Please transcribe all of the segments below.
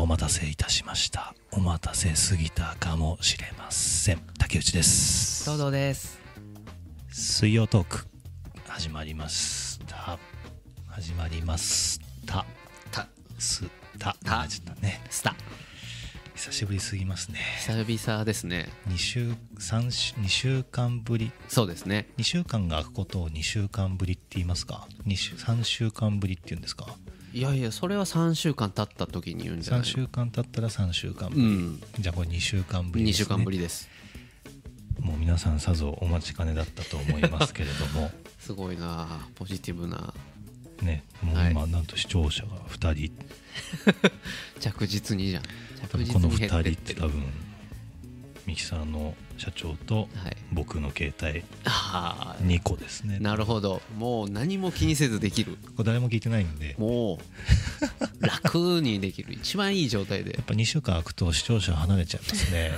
お待たせいたしましたお待たせすぎたかもしれません竹内です堂々です水曜トーク始まりました始まりましたたすたたちょっとねスタ久しぶりすぎますね久々ですね2週三週2週間ぶりそうですね2週間が空くことを2週間ぶりって言いますか2週3週間ぶりって言うんですかいやいやそれは3週間経った時に言うんじゃ3ない週間経ったら3週間ぶうり、んじゃあこれ2週間ぶり2です、週ね、間ぶりですもう皆さんさぞお待ちかねだったと思いますけれど もすごいなポジティブなねもうは今なんと視聴者が2人、着実にじゃん多着分こ実のに2減っ人てっってて多る分ミキサーの社長とはい僕の携帯あ2個ですねあなるほどもう何も気にせずできるこれ誰も聞いてないんでもう楽にできる一番いい状態でやっぱ2週間空くと視聴者離れちゃいますね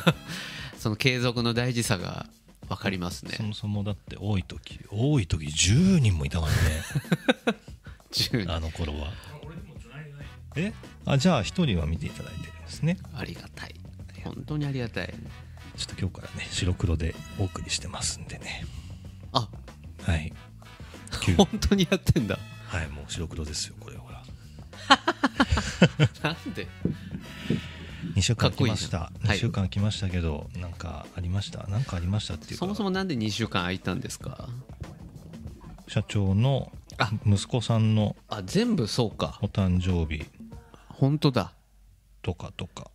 その継続の大事さが分かりますそ ねもそもだって多い時多い時10人もいたから ね10あの頃はえあじゃあ1人は見ていただいてるんですねありがたい本当にありがたいちょっと今日からね白黒でお送りしてますんでねあはい急本当にやって んだはいもう白黒ですよこれほらなんで2週間来ましたかっこいいじゃんは2い週間来ましたけど、なんかありましたなんかありましたっていうかそもそもなんで2週間空いたんですか社長のあ息子さんのあ全部そうかお誕生日本当だとかとか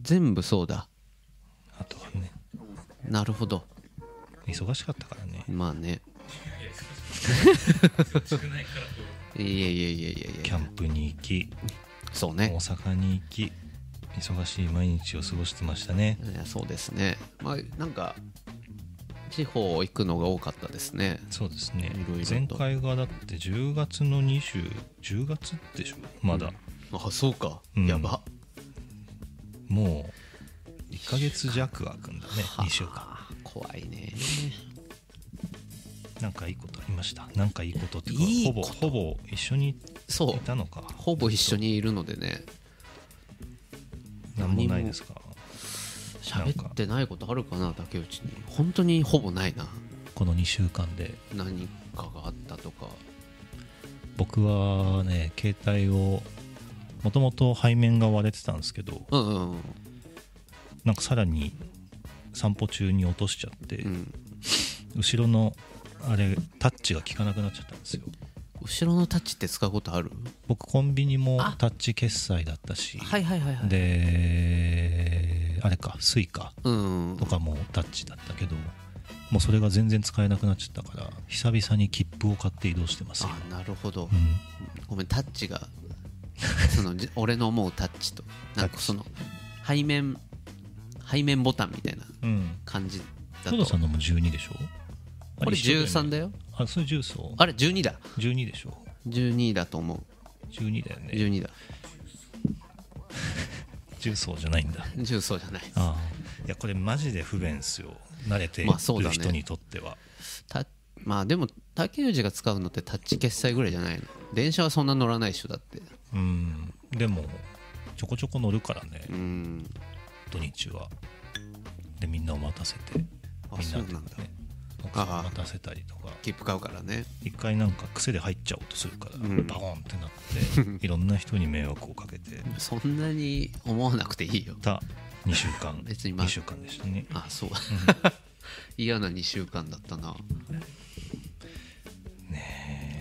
全部そうだあとはねなるほど忙しかったからねまあねいやいやいやいやいキやャンプに行きそう大ね阪に行き忙しい毎日を過ごしてましたねいやそうですねまあなんか地方行くのが多かったですねそうですねいろいろと前回がだって10月の2010月でしょまだ、あそうか、うんやばもう1ヶ月弱空くんだね2週間あー怖いねなんかいいことありましたなんかいいことっていうかいいほぼことほぼ一緒にそいうたのかほぼ一緒にいるのでねなんもないですかなん喋かってないことあるかな竹内に本当にほぼないなこの2週間で何かがあったとか僕はね携帯をもともと背面が割れてたんですけどうんうんうんなんかさらに散歩中に落としちゃって、うん後ろのあれタッチが効かなくなっちゃったんですよ後ろのタッチって使うことある僕コンビニもあタッチ決済だったし、はいはいはいはいであれかスイカうんとかもタッチだったけどもうそれが全然使えなくなっちゃったから久々に切符を買って移動してますよあなるほどうん、ごめんタッチが そのじ俺の思うタッチとなんかその背面背面ボタンみたいなうん、感じだトドとさんのも12でしょあこれ一緒だよ13ねだよあそれ10層あれ12だ12でしょ12だと思う12だよね12だ10層じゃないんだ10そうじゃないああいやこれマジで不便っすよ慣れてまあそうるだね人にとっては、たまあでも竹内が使うのってタッチ決済ぐらいじゃないの電車はそんな乗らないっしょだってうんでもちょこちょこ乗るからねうん土日はでみんなを待たせてみんなあっていそうなうんだかね奥さんをああ待たせたりとか切符買うからね一回なんか癖で入っちゃおうとするから、うんバコンってなって いろんな人に迷惑をかけてそんなに思わなくていいよた2週間 別にまあ2週間でしたねあそう嫌な2週間だったな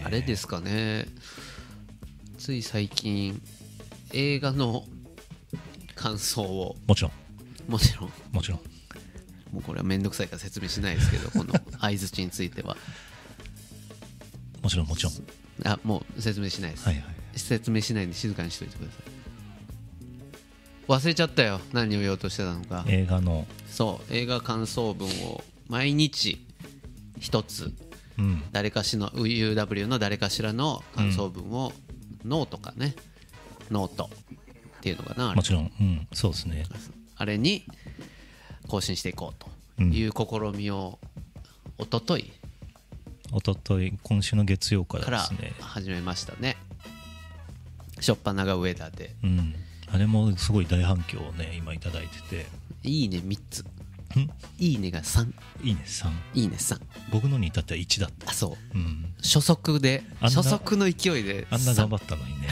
あれですかねつい最近映画の感想をもちろんもちろんもちろんもうこれは面倒くさいから説明しないですけどこの相づちについてはもちろんもちろんあもう説明しないです、はいはい説明しないんで静かにしといてください忘れちゃったよ何を言おうとしてたのか映画のそう映画感想文を毎日一つうん誰かしの UW の誰かしらの感想文を、ノートかねノートっていうのかなあれもちろんうんそうですねあれに更新していこうという試みを一昨日一昨日今週の月曜かからでらすね始めましたね。しょっぱなが上田でうんあれもすごい大反響をね今いただいてていいね3つんいいねが3いいね3いいね3僕のに至っては1だったあそううん初速であんな初速の勢いであんな頑3張ったのに ね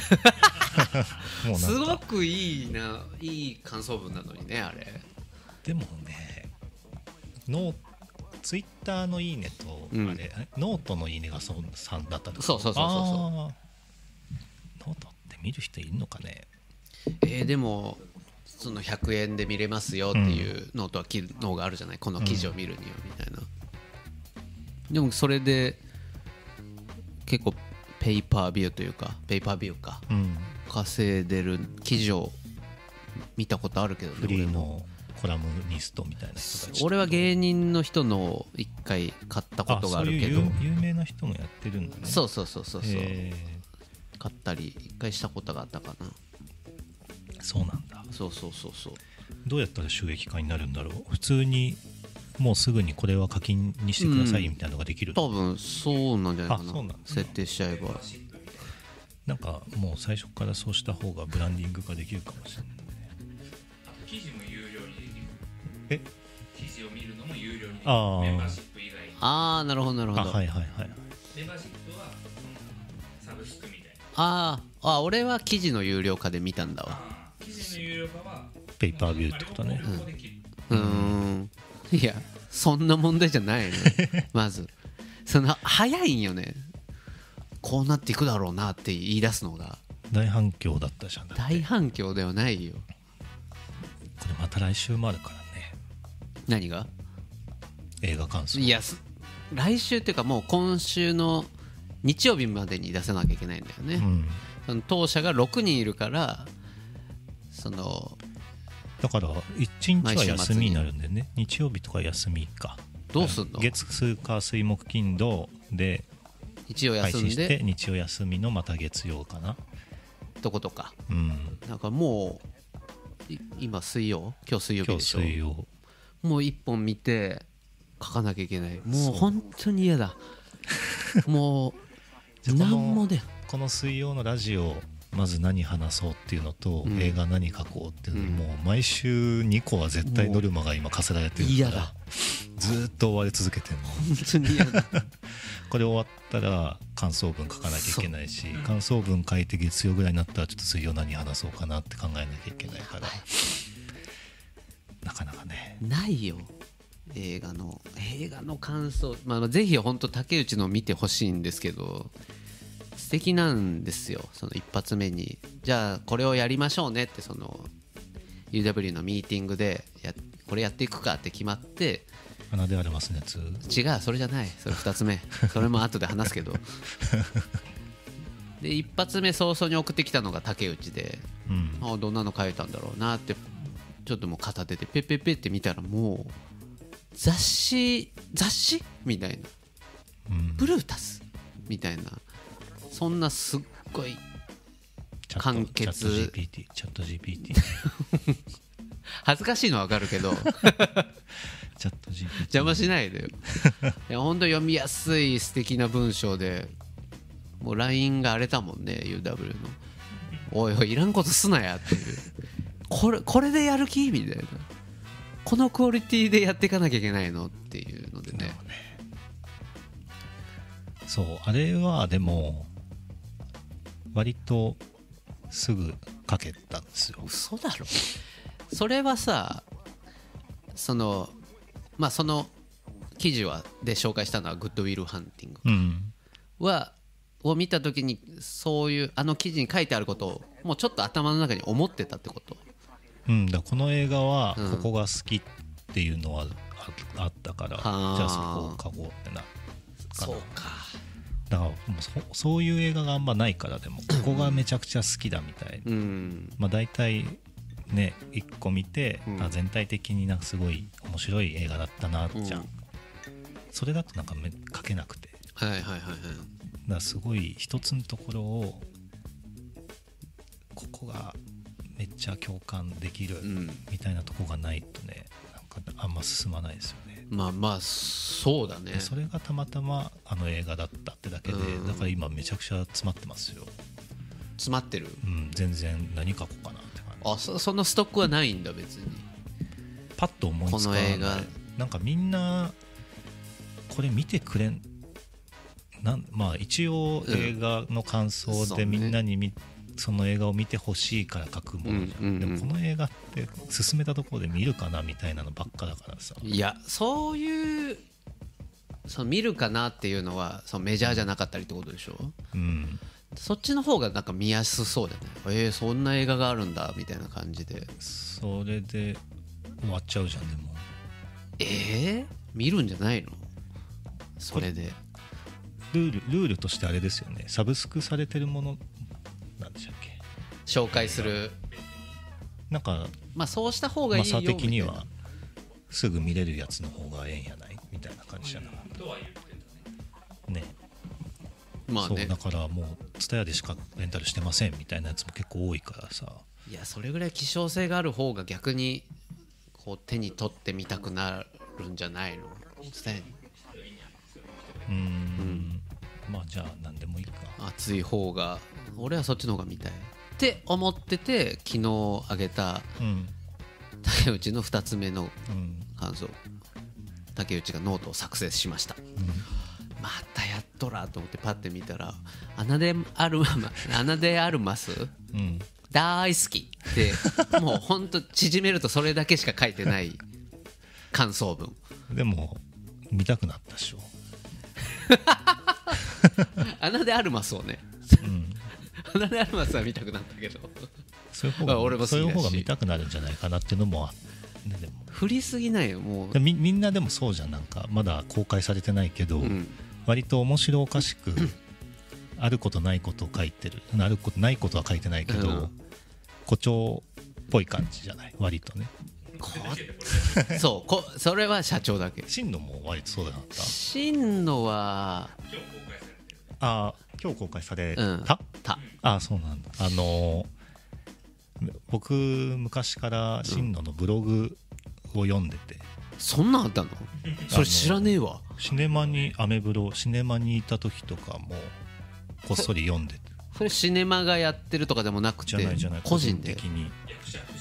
もうなんかすごくいいないい感想文なのにねあれでもねノーツイッターの「いいねと」うんあれあれノートの「いいね」がそ3だったってことそうそうそうそうそうあーノートって見る人いるのかねえーでもその100円で見れますよっていうノートは機能があるじゃないこの記事を見るにはみたいな、でもそれで結構ペーパービューというかペーパービューかうん稼いでる記事を見たことあるけどねフリーのコラムニストみたいな人たち俺は芸人の人のを一回買ったことがあるけどあそういう有有名な人もやってるんだねそうそうそうそうそうへ買ったり一回したことがあったかなーそうなんだそうそうそうそうどうやったら収益化になるんだろう普通にもうすぐにこれは課金にしてくださいみたいなのができるの、多分そうなんじゃないかあなそうなんだ設定しちゃえばなんかもう最初からそうした方がブランディングができるかもしれない記事も有料にできるえ記事を見るのも有料にできるあーメンバーシップ以外にああなるほどなるほどああ、はいはいはいメンバーシップはうんサブスクみたいなあーあ俺は記事の有料化で見たんだわ記事の有料化はペーパービューってことねまあ両方両方できるうーんいやそんな問題じゃない のよまずその早いんよねこうなっていくだろうなって言い出すのが大反響だったじゃんだって大反響ではないよこれまた来週もあるからね何が映画感想いやす来週っていうかもう今週の日曜日までに出さなきゃいけないんだよね、うんその当社が6人いるからそのだから一日毎は週休末にみになるんでね日曜日とか休みかどうすんの月水火水木金土で一応配休信んしてで日曜休みのまた月曜かなとことかうんなんかもうい今水曜今日水曜日今で日しょ水曜もう一本見て書かなきゃいけないもう本当に嫌 だもじうゃあこの何もでこの水曜のラジオまず何話そうっていうのと、うん映画何書こうっていうの、もう毎週2個は絶対ノルマが今課せられてる嫌からだずーっと追われ続けてるの本当に嫌だこれ終わったら感想文書かなきゃいけないし感想文書いて月曜ぐらいになったらちょっと水曜何話そうかなって考えなきゃいけないからなかなかねないよ映画の映画の感想、まあ、ぜひ本当竹内の見てほしいんですけど素敵なんですよその一発目にじゃあこれをやりましょうねってその UW のミーティングでやこれやっていくかって決まって鼻でありますねつ違うそれじゃないそれ2つ目それも後で話す けどで一発目早々に送ってきたのが竹内でうんああどんなの書いたんだろうなってちょっともう片手でペッペッペって見たらもう雑誌雑誌みたいなうんブルータスみたいなそんなすっごいチャット完結チャット GPT チャット GPT 恥ずかしいのはわかるけどチャット GPT 邪魔しない でよいや本当読みやすい素敵な文章でもう LINE が荒れたもんね UW のおいおいいらんことすなやっていうこれこれでやる気みたいなこのクオリティでやっていかなきゃいけないのっていうのでねそうあれはでも割とすぐ書けたんですよ嘘だろそれはさそのまあその記事はで紹介したのは「グッドウィル・ハンティングうんは」を見た時にそういうあの記事に書いてあることをもうちょっと頭の中に思ってたってことうん、だからこの映画はうんここが好きっていうのはああったから、ーじゃあそこを書こうってなそうかだからもうそそういう映画があんまないからでもここがめちゃくちゃ好きだみたいな、うんまあ、大体ね1個見て、うんあ全体的になんかすごい面白い映画だったなじゃん、うんそれだとなんかめ書けなくてはいはいはいはいだからすごい一つのところをここがめっちゃ共感できるうんみたいなとこがないとねなんかあんま進まないですよね。まあまあそうだねでそれがたまたまあの映画だったってだけでうんだから今めちゃくちゃ詰まってますよ。詰まってるうん全然何書こうかなって感あそそのストックはないんだ別にパッと思いつかないこの映画なんかみんなこれ見てくれんなんまあ一応うん映画の感想そうでみねんなにみ、その映画を見てほしいから書くものじゃん、うんうんうんでもこの映画って進めたところで見るかなみたいなのばっかだからさいやそういうその見るかなっていうのはそのメジャーじゃなかったりってことでしょうんそっちの方がなんか見やすそうじゃないえー、そんな映画があるんだみたいな感じでそれで終わっちゃうじゃんでもえー、見るんじゃないのそれでルールルールとしてあれですよねサブスクされてるものなんでしたっけ紹介するなんかまあそうした方がいマいよサみたいな的にはすぐ見れるやつの方がええんやないみたいな感じじゃなかっとは言ってたねたねまあそうねだからもう TSUTAYA でしかレンタルしてませんみたいなやつも結構多いからさいやそれぐらい希少性がある方が逆にこう手に取ってみたくなるんじゃないの伝えうーんまあじゃあ何でもいいか熱い方が俺はそっちの方が見たいって思ってて昨日あげたうん竹内の2つ目のうん感想竹内がノートを作成しました、またやっとらと思ってパッて見たら「穴であるま ま穴であるますうん大好き」ってもうほんと縮めるとそれだけしか書いてない感想文でも見たくなったでしょ穴でアルマスをね、穴でアルマスは見たくなった けどそういう方あ俺がも好きだそうしいう方が見たくなるんじゃないかなっていうのもあるねでも振りすぎないよもうでみみんなでもそうじゃんなんかまだ公開されてないけど、ん割と面白おかしく あることないことを書いてるあることないことは書いてないけど、うん誇張っぽい感じじゃない割とねこ そうこそれは社長だけ進路も割とそうだなった真のはあー今日公開された、うんたあーそうなんだあのー僕昔から進路のブログを読んでて、そんなんあったのそれ知らねえわシネマにアメブロシネマにいた時とかもこっそり読んでてそれシネマがやってるとかでもなくじてゃないじゃない個人で的に役者としてま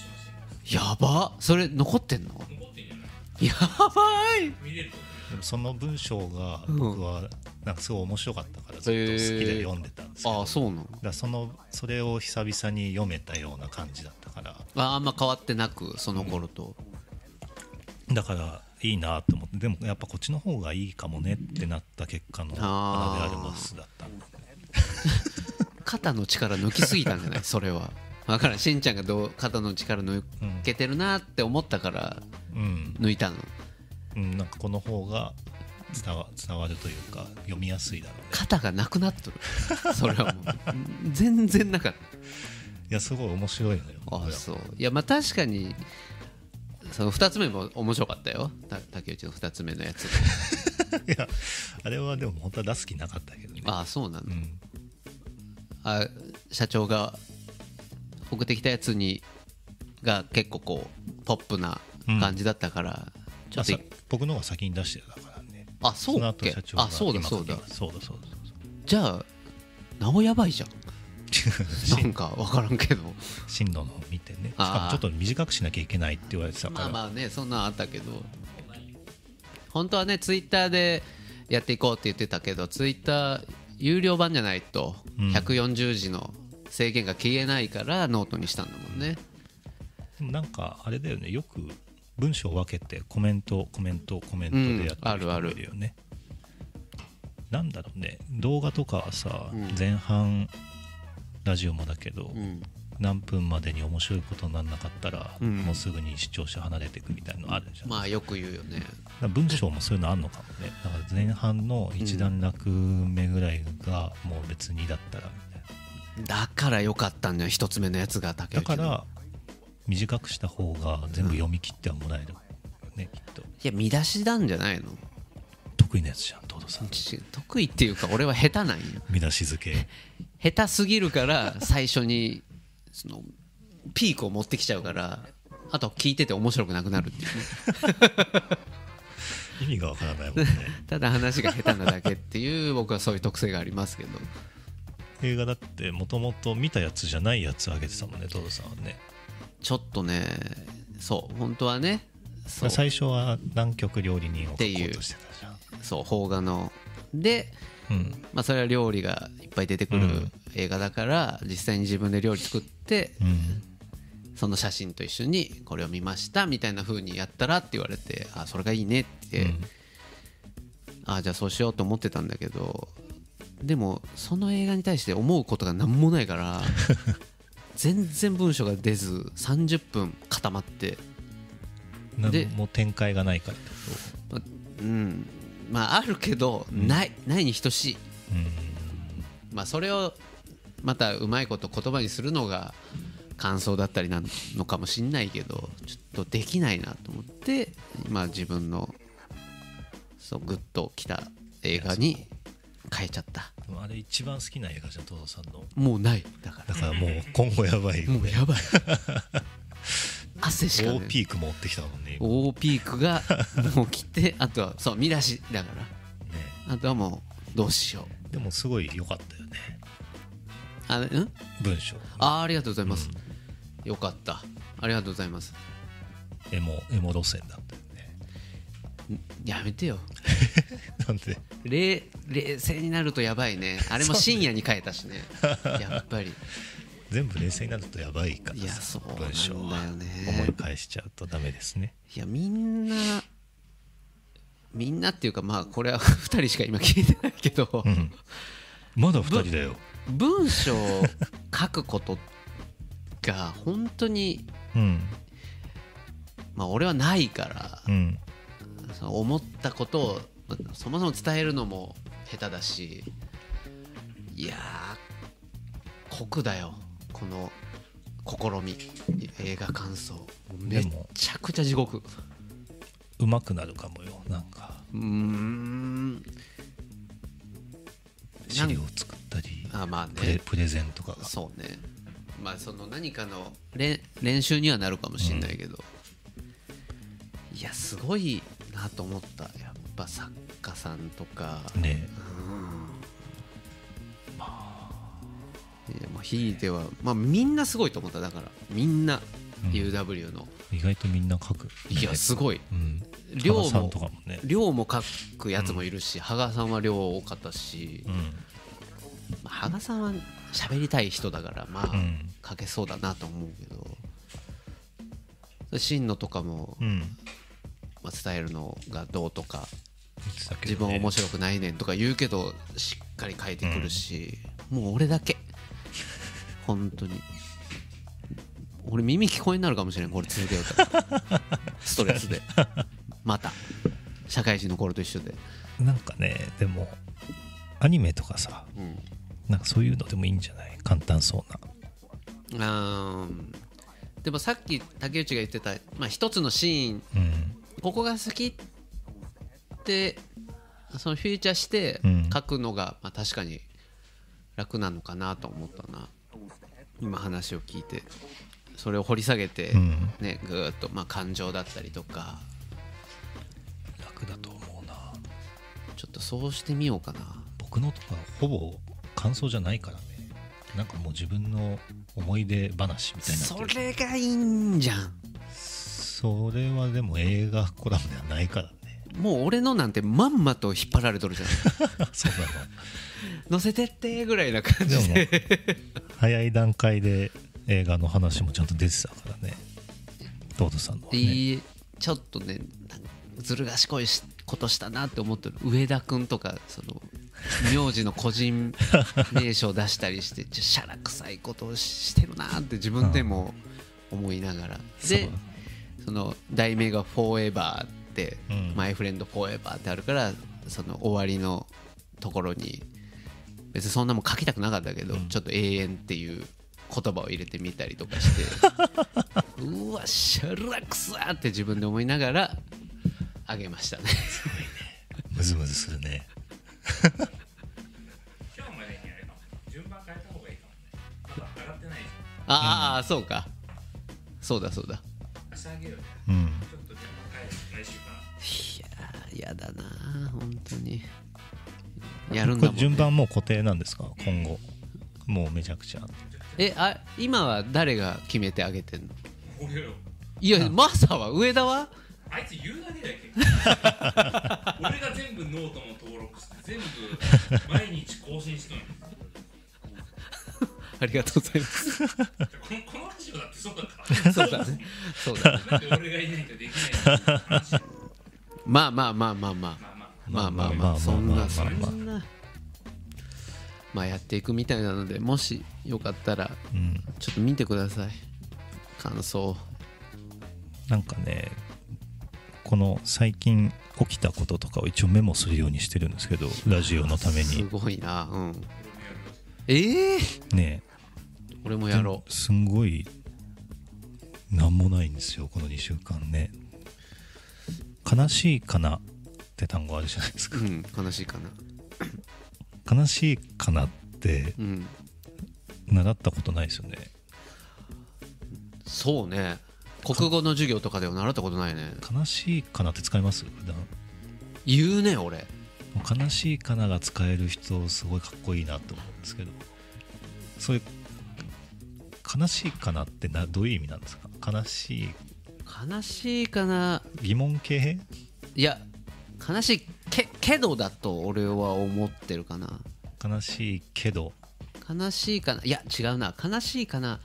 したやばそれ残ってんの残ってんじゃないやばい見れると思でもその文章がうん僕はなんかすごい面白かったからずっと好きで読んでたんですけど、ああそうなのだからそのそれを久々に読めたような感じだったからああんま変わってなくその頃と、だからいいなと思ってでもやっぱこっちの方がいいかもねってなった結果の「アあーナでアルマス」だったんで肩の力抜きすぎたんじゃないそれはだからんしんちゃんがどう肩の力抜けてるなって思ったからうん、抜いたのうん、なんかこの方が伝わ伝わるというか読みやすいだろうね肩がなくなっとるそれは もう全然なかっいやすごい面白いのよたこあれはそういやまあ確かにその2つ目も面白かったよた竹内の2つ目の やついやあれはでも本当は出す気なかったけどねああそうなの、うんあ社長が送ってきたやつにが結構こうポップな感じだったから、ちょっとまあさ僕の方が先に出してたからねあそうのっ後け社長があそうだ今そうだそうだそうだじゃあなおやばいじゃんそうだ なんか分からんけど進路のを見てねしあーかもちょっと短くしなきゃいけないって言われてたかまあら、まあねそんなんあったけど本当はねツイッターでやっていこうって言ってたけどツイッター有料版じゃないとうん140字の制限が消えないからノートにしたんだもんね、でもなんかあれだよねよく文章を分けてコメントコメントコメントでやってうんあるある人もいるよね、なんだろうね動画とかはさ、うん前半ラジオもだけど、うん、何分までに面白いことにならなかったら、うんもうすぐに視聴者離れていくみたいなのあるじゃん、まあよく言うよねだから文章もそういうのあんのかもねだから前半の一段落目ぐらいがもう別にだったらみたいなだからよかったんだよ一つ目のやつが竹だ内かのら短くした方が全部読み切ってはもらえるよね、きっといや見出しなんじゃないの得意なやつじゃん東堂さんち得意っていうか俺は下手なんよ見出し付 け下手すぎるから最初にそのピークを持ってきちゃうからあと聞いてて面白くなくなるっていうね意味がわからないもんねただ話が下手なだけっていう僕はそういう特性がありますけど映画だってもともと見たやつじゃないやつあげてたもんね東堂さんはねちょっとねそう本当はねそう最初は南極料理人を書こうとしてたじゃんそう邦画ので、うんまあ、それは料理がいっぱい出てくるうん映画だから、実際に自分で料理作って、うんその写真と一緒にこれを見ましたみたいな風にやったらって言われてあそれがいいねって、うんあじゃあそうしようと思ってたんだけどでもその映画に対して思うことが何もないから 全然文章が出ず30分固まってなんでもう展開がないからってこうんまああるけどない、ないに等しいとうんまあ、それをまたうまいこと言葉にするのが感想だったりなのかもしんないけどちょっとできないなと思って今自分のそうグッときた映画に変えちゃったでもあれ一番好きな映画じゃん東さんのもうないだかだから もう今後やばいよらもうね やばい汗しか大ないピーク持ってきたもんね今ね大ピークがもう来てあとはそう見出しだからあとはもうどうしようでもすごい良かったよねあうん文章あーありがとうございます、よかったありがとうございますエモエモ路線だったよね やめてよなんで冷冷静になるとやばいねあれも深夜に変えたしね やっぱり全部冷静になるとやばいからいやさそうなんだよ文ね章は思い返しちゃうとダメですねいやみんなみんなっていうかまあこれは 2人しか今聞いてないけど、うんまだ2人だよ文章を書くことが本当にうんまあ俺はないから、うんその思ったことをまあそもそも伝えるのも下手だしいやー酷だよこの試み映画感想もうめでっもちゃくちゃ地獄うまくなるかもよなんかうーん資料作ったりあまあプレねプレゼントがそうねまあその何かの練練習にはなるかもしれないけど、いやすごいなと思ったやっぱ作家さんとかねいやまあひいては、まあ、みんなすごいと思っただからみんな UW の、意外とみんな書くいやすごいうん量原さんもとかもね量も書くやつもいるし、羽賀さんは量多かったし、うんまあ羽賀さんは喋りたい人だからまうあ、ん書けそうだなと思うけど真野とかも、うんまあ、伝えるのがどうとか言ってたけどね自分面白くないねんとか言うけどしっかり書いてくるし、もう俺だ け本当に俺耳聞こえになるかもしれんこれ続けよ うとストレスでまた社会人の頃と一緒でなんかねでもアニメとかさうんなんかそういうのでもいいんじゃない簡単そうなあーでもさっき竹内が言ってた、まあ、一つのシーンうんここが好きってそのフィーチャーしてうん書くのが、まあ、確かに楽なのかなと思ったな今話を聞いてそれを掘り下げて、うんねぐーっと、まあ、感情だったりとか楽だと思うなちょっとそうしてみようかな僕のとかほぼ感想じゃないからねなんかもう自分の思い出話みたいになってそるれがいいんじゃんそれはでも映画コラムではないから ねもう俺のなんてまんまと引っ張られ とるじゃんそうな乗せてってぐらいな感じのででも早い段階で映画の話もちゃんと出てたからねトートさんのはねいいちょっとねなんかずる賢いしことしたなって思ってる上田君とかその名字の個人名称を出したりして ちょしゃらくさいことをしてるなって自分でも思いながら、でその題名が「フォーエバー」って「うんマイフレンドフォーエバー」ってあるからその終わりのところに別にそんなもん書きたくなかったけど、ちょっと永遠っていう言葉を入れてみたりとかしてうわしゃらくさーって自分で思いながらあげましたねムズムズするね今日までにあれば順番変えた方がいいかもねまだ上がってないじああそうかそうだそうだゃん明日あげるよねうんちょっと順番変える来週からいややだなー本当にやるんこれだもん、ね、順番もう固定なんですか今後もうめちゃくちゃえあ今は誰が決めてあげてんの俺らいやマサは上田はあいつ言うだけだけ俺が全部ノートも登録して全部毎日更新しとん やありがとうございますこの このラジオだってそうだかそ うだねそう だねらなんで俺がいないとできないの話ままあまあまあまあまああまあまあまあまあままああままああそんまあなまそあまあんなまあやっていくみたいなのでもしよかったらうん、ちょっと見てください感想なんかねこの最近起きたこととかを一応メモするようにしてるんですけどラジオのためすにごいなうんええね俺もやろすんごいなんもないんですよこの2週間ね「悲しいかな」って単語あるじゃないですうかうん悲しいかな悲しいかなってうん習ったことないですよねそうね国語の授業とかでは習ったことないね悲しいかなって使います普段言うね俺悲しいかなが使える人すごいかっこいいなと思うんですけどそういう悲しいかなってなどういう意味なんですか悲しい悲しいかな疑問系いや悲しいけけどだと俺は思ってるかな悲しいけど悲しいかないや違うな悲しいかな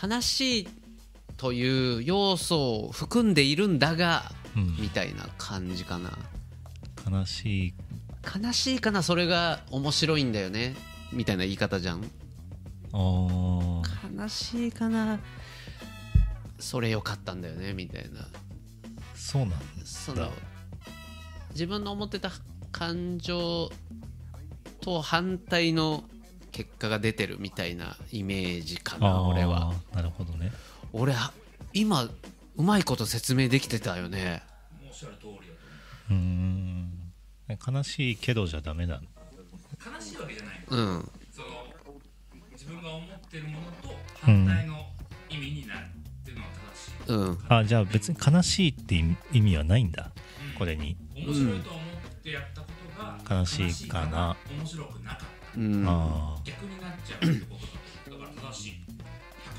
悲しいという要素を含んでいるんだが、うんみたいな感じかな悲しい悲しいかなそれが面白いんだよねみたいな言い方じゃんあー悲しいかなそれ良かったんだよねみたいなそうなんですそだの自分の思ってた感情と反対の結果が出てるみたいなイメージかなあー俺はなるほどね俺は今うまいこと説明できてたよねもうおっしゃる通りだとうーん悲しいけどじゃダメだ思う悲しいわけじゃないうんその自分が思ってるものと反対の意味になるっていうのは正しい、うんあじゃあ別に悲しいって意味意味はないんだこれに面白いと思ってやったことが、悲しいかな面白くなかったうんああ逆になっちゃうってことだだから正しい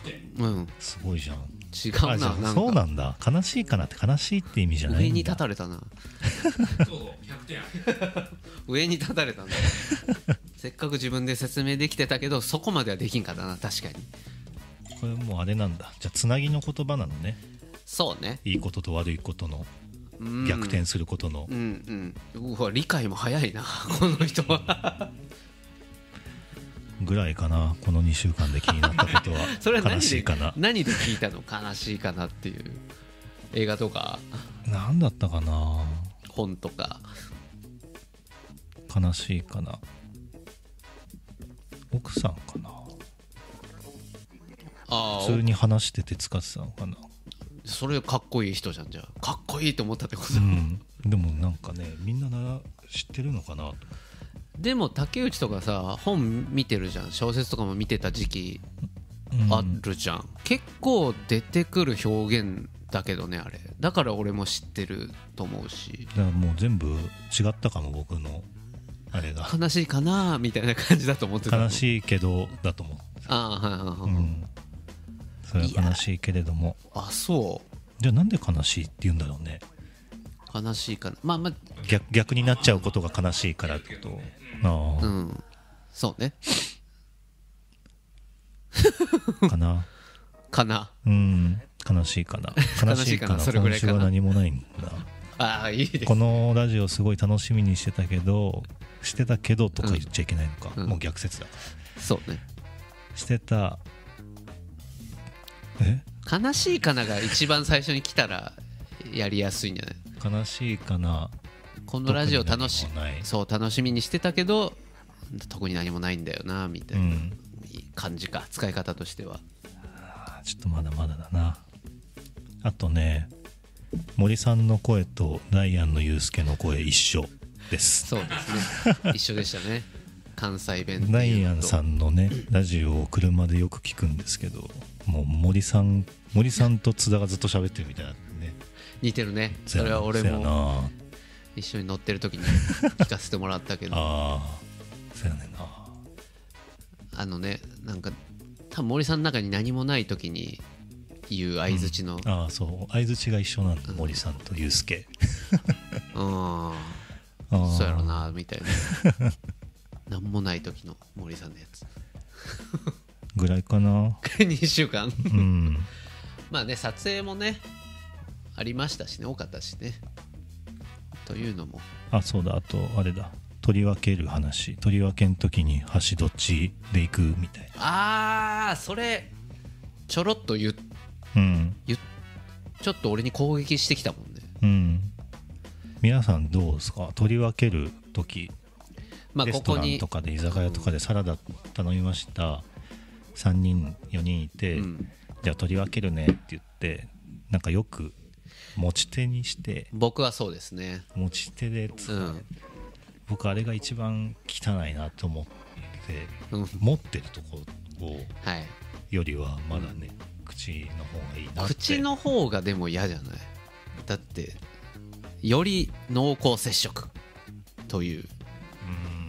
100点うんすごいじゃん違うあなじゃなあんそうなかんだ悲しいかなって悲しいって意味じゃないんだ上に立たれたなそうそう100点ある上に立たれたんだ せっかく自分で説明できてたけどそこまではできんかったな確かにこれもうあれなんだじゃあつなぎの言葉なのねそうねいいことと悪いことのうん逆転することの、うんうんうわ理解も早いな この人は ぐらいかなこの2週間で気になったことは それは悲何しでいかな何で聞いたの悲しいかなっていう映画とか何だったかな本とか悲しいかな奥さんかなあ普通あに話してて使ってたのかなそれかっこいい人じゃんじゃあかっこいいと思ったってこと、うんでもなんかねみんななら知ってるのかなとでも竹内とかさ本見てるじゃん小説とかも見てた時期うんあるじゃん、結構出てくる表現だけどねあれだから俺も知ってると思うしだからもう全部違ったかも僕のあ れが悲しいかなみたいな感じだと思ってたの悲いしいけどだと思うああはいはいはい、うん、それは悲しいけれどもあそうじゃあなんで悲しいって言うんだろうね悲しいかなまあま逆逆になっちゃうことが悲しいからってことあうあんそうねあかなかなうん悲しいかな悲しいかな悲しいかなそれぐ今らい週かなは何もないんだああいいですこのラジオすごい楽しみにしてたけどしてたけどとか言っちゃいけないのか、うんうんもう逆説だそうねしてたえ悲しいかなが一番最初に来たらやりやすいんじゃない悲しいかなこのラジオ楽し特に何もないそう楽しみにしてたけど特に何もないんだよなみたういなん感じか、使い方としてはあちょっとまだまだだなあとね森さんの声とダイアンのユうスケの声一緒ですそうですね 一緒でしたね関西弁ってダいうイアのンとさんのねラジオを車でよく聞くんですけどもう森さん森さんと津田がずっと喋ってるみたいなね似てるねそれは俺せやもな一緒に乗ってる時に 聞かせてもらったけど あーそやねんなあのねなんか多分森さんの中に何もない時にいう相づちの、ああそう相づちが一緒なんだ森さんとユうスケうん、ああそうやろなみたいな なんもない時の森さんのやつぐらいかな 2週間うんまあね撮影もねありましたしね多かったしねというのもあそうだあとあれだ取り分ける話取り分けん時に橋どっちで行くみたいあーそれちょろっと言うなうん言うちょっと俺に攻撃してきたもんねうん皆さんどうですか取り分ける時まあレこストこランにとかで居酒屋とかでサラダ頼みました3人4人いて、うんじゃあ取り分けるねって言ってなんかよく持ち手にして僕はそうですね持ち手でつうん僕あれが一番汚いなと思ってうん持ってるとこをはいよりはまだね口の方がいいなって口の方がでも嫌じゃないだってより濃厚接触という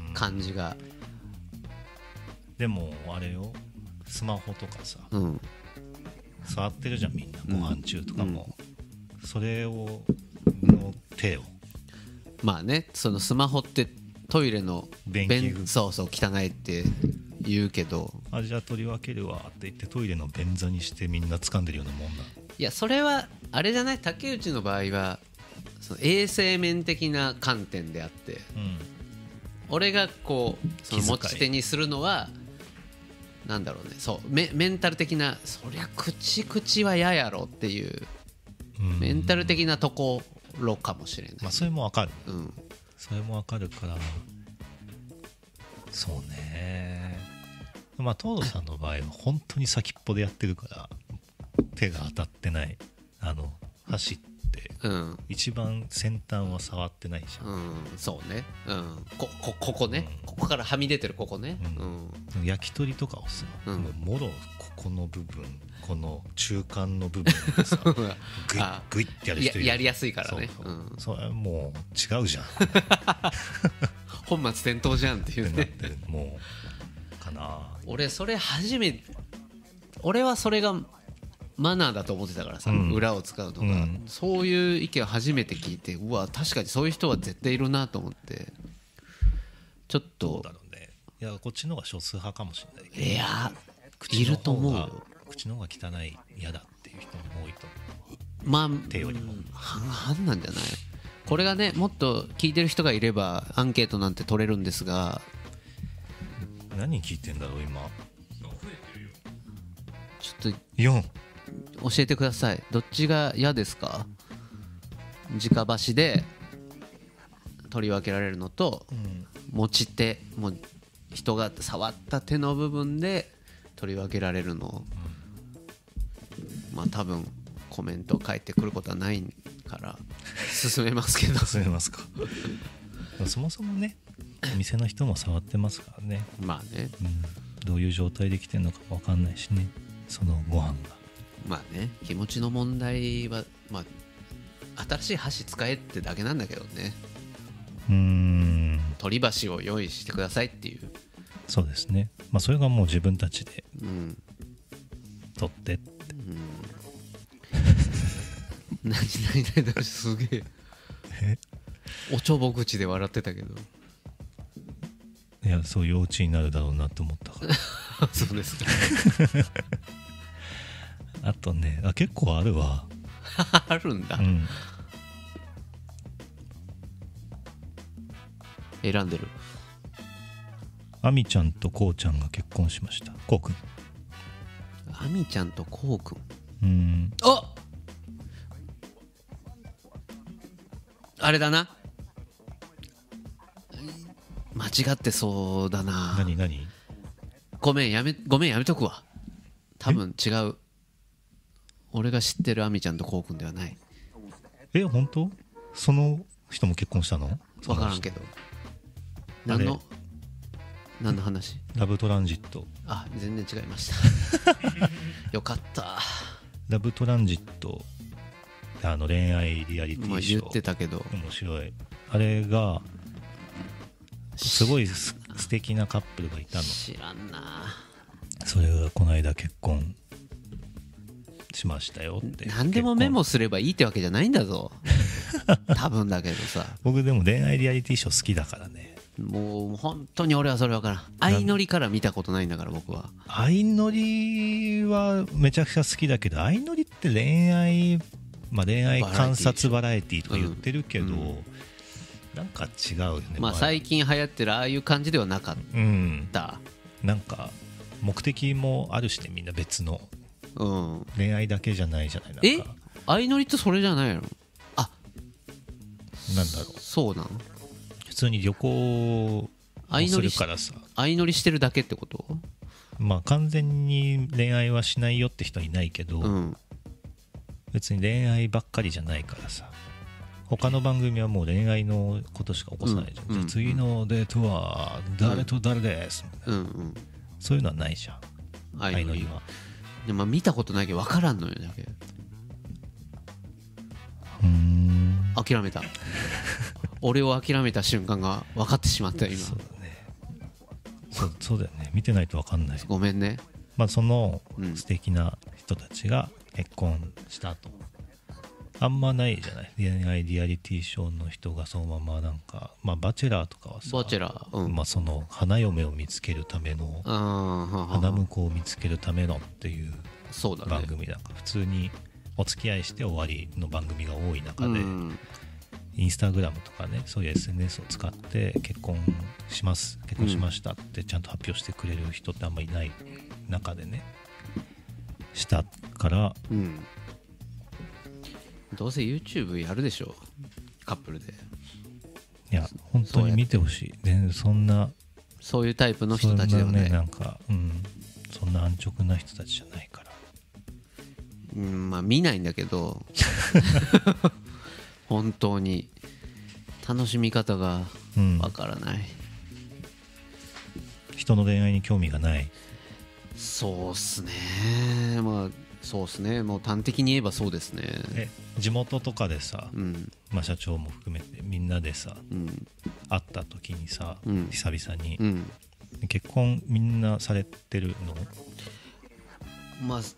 うん感じがでもあれよスマホとかさうん触ってるじゃんみんなうんご飯中とかも、それをの手をまあねそのスマホってトイレの便器便そうそう汚いって言うけど「あじゃあ取り分けるわ」って言ってトイレの便座にしてみんな掴んでるようなもんないやそれはあれじゃない竹内の場合はその衛生面的な観点であってうん俺がこうその気遣持いち手にするのはなんだろうねそうメメンタル的なそりゃ口口は嫌やろっていううんメンタル的なところかもしれない、まあそれもわかるうん、それもわかるからそうねまあ東堂さんの場合は本当に先っぽでやってるから手が当たってないあの箸ってうん一番先端は触ってないじうん、そうね、うん、ここここね、ここからはみ出てるここね、ううんんゃん焼き鳥とかをさ、うんもうもろここの部分この中間の部分でさグイッ あグイッてやるや人いるやりやすいからね、そううそうんそれはもう違うじゃんっ本末転倒じゃんってていなうってねもうかな俺それ初め俺はそれがマナーだと思ってたからさ、うん裏を使うのが、うんそういう意見を初めて聞いてうわ確かにそういう人は絶対いるなと思ってちょっどうとだろうねいやこっちの方が少数派かもしれないけどいや口いのると思う方がよ口の方が汚い嫌だっていう人も多いと思まあ手よりもうん半々なんじゃないこれがねもっと聞いてる人がいればアンケートなんて取れるんですがう何聞いてんだろう今ちょっ4と教えてくださいどっちが嫌ですか直箸で取り分けられるのとうん持ち手もう人が触った手の部分で取り分けられるのまあ多分コメント返ってくることはないから進めますけど進めますか そもそもねお店の人も触ってますからね、 まあねうん、どういう状態で来てるのか分かんないしねそのご飯がまあね気持ちの問題はまあ新しい箸使えってだけなんだけどねうーん取り箸を用意してくださいっていうそうですねまあそれがもう自分たちでうん取って何何何何すげえ おちょぼ口で笑ってたけど いやそういうお家になるだろうなと思ったからそうですか あとねあ結構あるわあるんだ、うん選んでるあみちゃんとこうちゃんが結婚しましたこうくんあみちゃんとこうくんうんああれだな間違ってそうだな何何ごめんやめごめんやめとくわ多分違う俺が知ってるあみちゃんとこうくんではないえ本当その人も結婚したの分からんけど何の何の話ラブトランジットあ全然違いました よかったラブトランジットあの恋愛リアリテまあィシ言ョー、ってたけど面白いあれがすごいす素敵なカップルがいたの知らんなそれがこの間結婚しましたよって何でもメ結モすればいいってわけじゃないんだ ぞ多分だけどさ婚僕でも恋愛リアリティショー好きだからねもう本当に俺はそれ分からん相乗りから見たことないんだから僕は相乗りはめちゃくちゃ好きだけど相乗りって恋愛、まあ、恋愛観察バラエティーとか言ってるけど、うんうなんか違うよねまあ最近流行ってるああいう感じではなかっうんたなんか目的もあるしねみんな別のうん恋愛だけじゃないじゃないなんかえ相乗りってそれじゃないのあなんだろうそうなの普通に旅行を相す乗りるしからさ相乗りしてるだけってことまあ完全に恋愛はしないよって人いないけど、うん別に恋愛ばっかりじゃないからさ他の番組はもう恋愛のことしか起こさないじゃん、うんじゃあ次のデートは誰と誰です、うんうんそういうのはないじゃん相相乗乗りりははでもまあ見たことないけど分からんのよだけうーん諦 めた俺を諦めた瞬間が分かってしまったよそう今だねそうそうだよね見てないと分かんないごめんねまあそのうん素敵な人たちが結婚した後あんまないじゃない恋愛リアリティショーの人がそのままなんかまあバチェラーとかはさバチェラーうん、まあその花嫁を見つけるためのあーはんはんは花ん婿を見つけるためのっていうそうだね番組だから普通にお付き合いして終わりの番組が多い中うでん、インスタグラムとかねそういう SNS を使って結婚します結婚しましたってちゃんと発表してくれる人ってあんまいない中でねしたからうん、どうせ YouTube やるでしょカップルでいや本当に見てほしいでそんなそういうタイプのそ人んたなちではなねい、なんかうんそんな安直な人たちじゃないからうん、まあ見ないんだけ ど本当に楽しみ方がうんわからない、人の恋愛に興味がないそうっすねまあそうっすねもう端的に言えばそうですねえ地元とかでさ、うんまあ、社長も含めてみんなでさうん会った時にさ、うん久々にう、ん結婚みんなされてるのまあす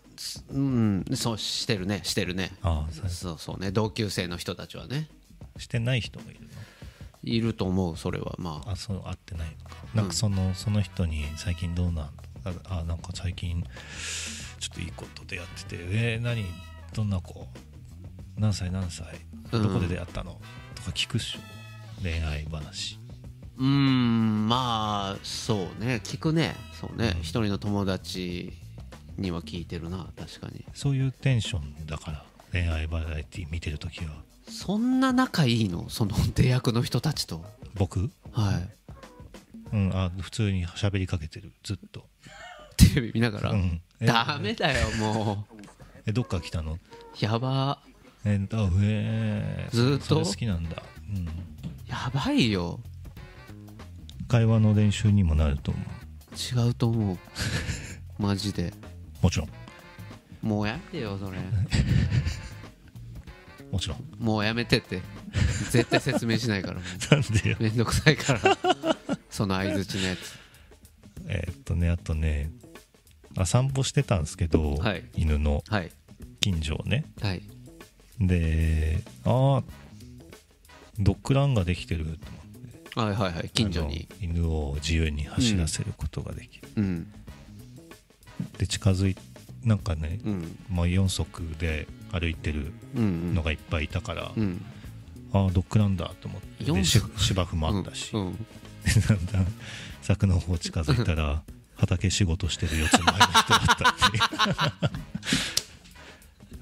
うんそうしてるねしてるねああさそうそうね同級生の人たちはねしてない人もいるのいると思うそれはまああそう会ってないのかなんかその,、その人に最近どうなんああなんか最近ちょっといいこと出会っててえー、何どんな子何歳何歳うんどこで出会ったの、とか聞くっしょ恋愛話うーんまあそうね聞くねそうね一人の友達には聞いてるな確かにそういうテンションだから恋愛バラエティ見てる時はそんな仲いいのその 出役の人たちと僕はいうんあ普通に喋りかけてるずっと、テレビ見ながら、うん、えダメだよもうえどっから来たのやばえー、あへえずーっとそれ好きなんだ、うん、やばいよ会話の練習にもなると思う違う と思うマジでもちろんもうやめてよそれもちろんもうやめてって絶対説明しないからもうなんでよめんどくさ いからその相づちのやつえーっとねあとねあ散歩してたんですけど、はい犬のはい近所をねはいでああドッグランができてると思ってはいはいはい近所にあの犬を自由に走らせることができる、うんで近づいなんかね、うんまあ、4足で歩いてるうんうんのがいっぱいいたから、うんああドッグランだと思ってで四し足芝生もあったし、うんうんでだんだん 柵の方近づいたら畑仕事してる四つ前の人だった っていう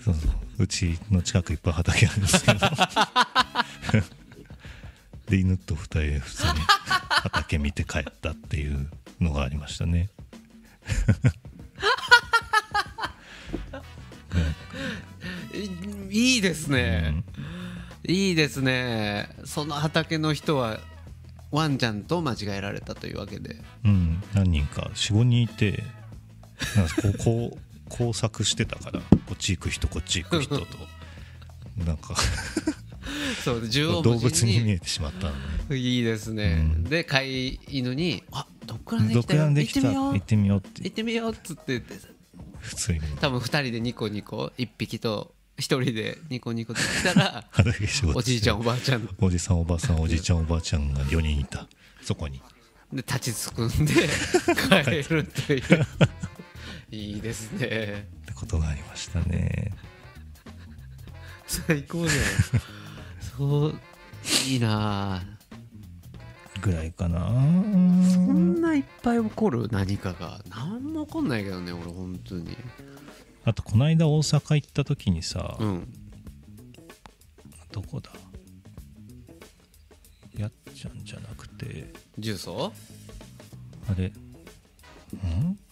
そうそううちの近くいっぱい畑あるんですけど で犬と二人で普通に畑見て帰ったっていうのがありましたねいいですうねん、いいですねその畑の人はワンちゃんと間違えられたというわけでうん、何人か45人いてなんかこうこう工作してたからこっち行く人こっち行く人となんかそう縦横動無物尽に見えてしまったのねいいですね、うんで飼い犬に「あドッグランでドッきたグラよンで行っきてたみよう行ってみようって行ってみよう」っつって言って普通に多分二人でニコニコ一匹と一人でニコニコできたら 畑仕事おじいちゃんおばあちゃんおじさんおばあさんおじいちゃんおばあちゃんが4人いたそこにで立ちすくん で帰るといういいですねってことがありましたね最高じゃないそういいなあぐらいかなそんないっぱい起こる何かが何も起こんないけどね俺本当にあとこの間大阪行った時にさ、うんどこだやっちゃんじゃなくて重曹あれん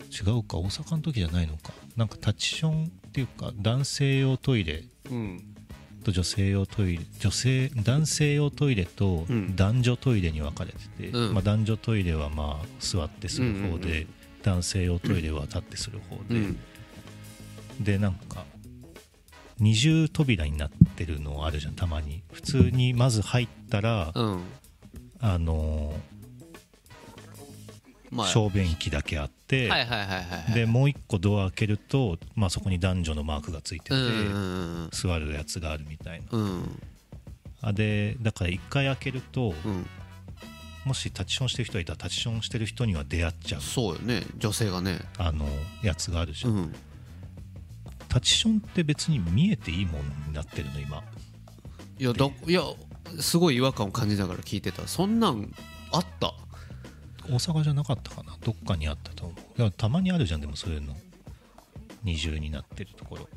違うか大阪の時じゃないのかなんかタッチションっていうか男性用トイレうんと女性用トイレ女性男性用トイレとうん男女トイレに分かれてて、うんまあ、男女トイレはまあ座ってする方で、うんうんうん男性用トイレは立ってする方うで、んでなんか二重扉になってるのあるじゃんたまに普通にまず入ったら、うんあのまあ小便器だけあって、はいはいはいはいはいでもう一個ドア開けると、まあ、そこに男女のマークがついてて、うんうん座るやつがあるみたいなうんうんあでだから一回開けると、うんもしタッチションしてる人がいたらタッチションしてる人には出会っちゃうそうよね女性がねあのやつがあるじゃ、うんんタッチションって別に見えていいものになってるの今いやだいやすごい違和感を感じながら聞いてたそんなんあった大阪じゃなかったかなどっかにあったと思うだからたまにあるじゃんでもそういうの二重になってるところ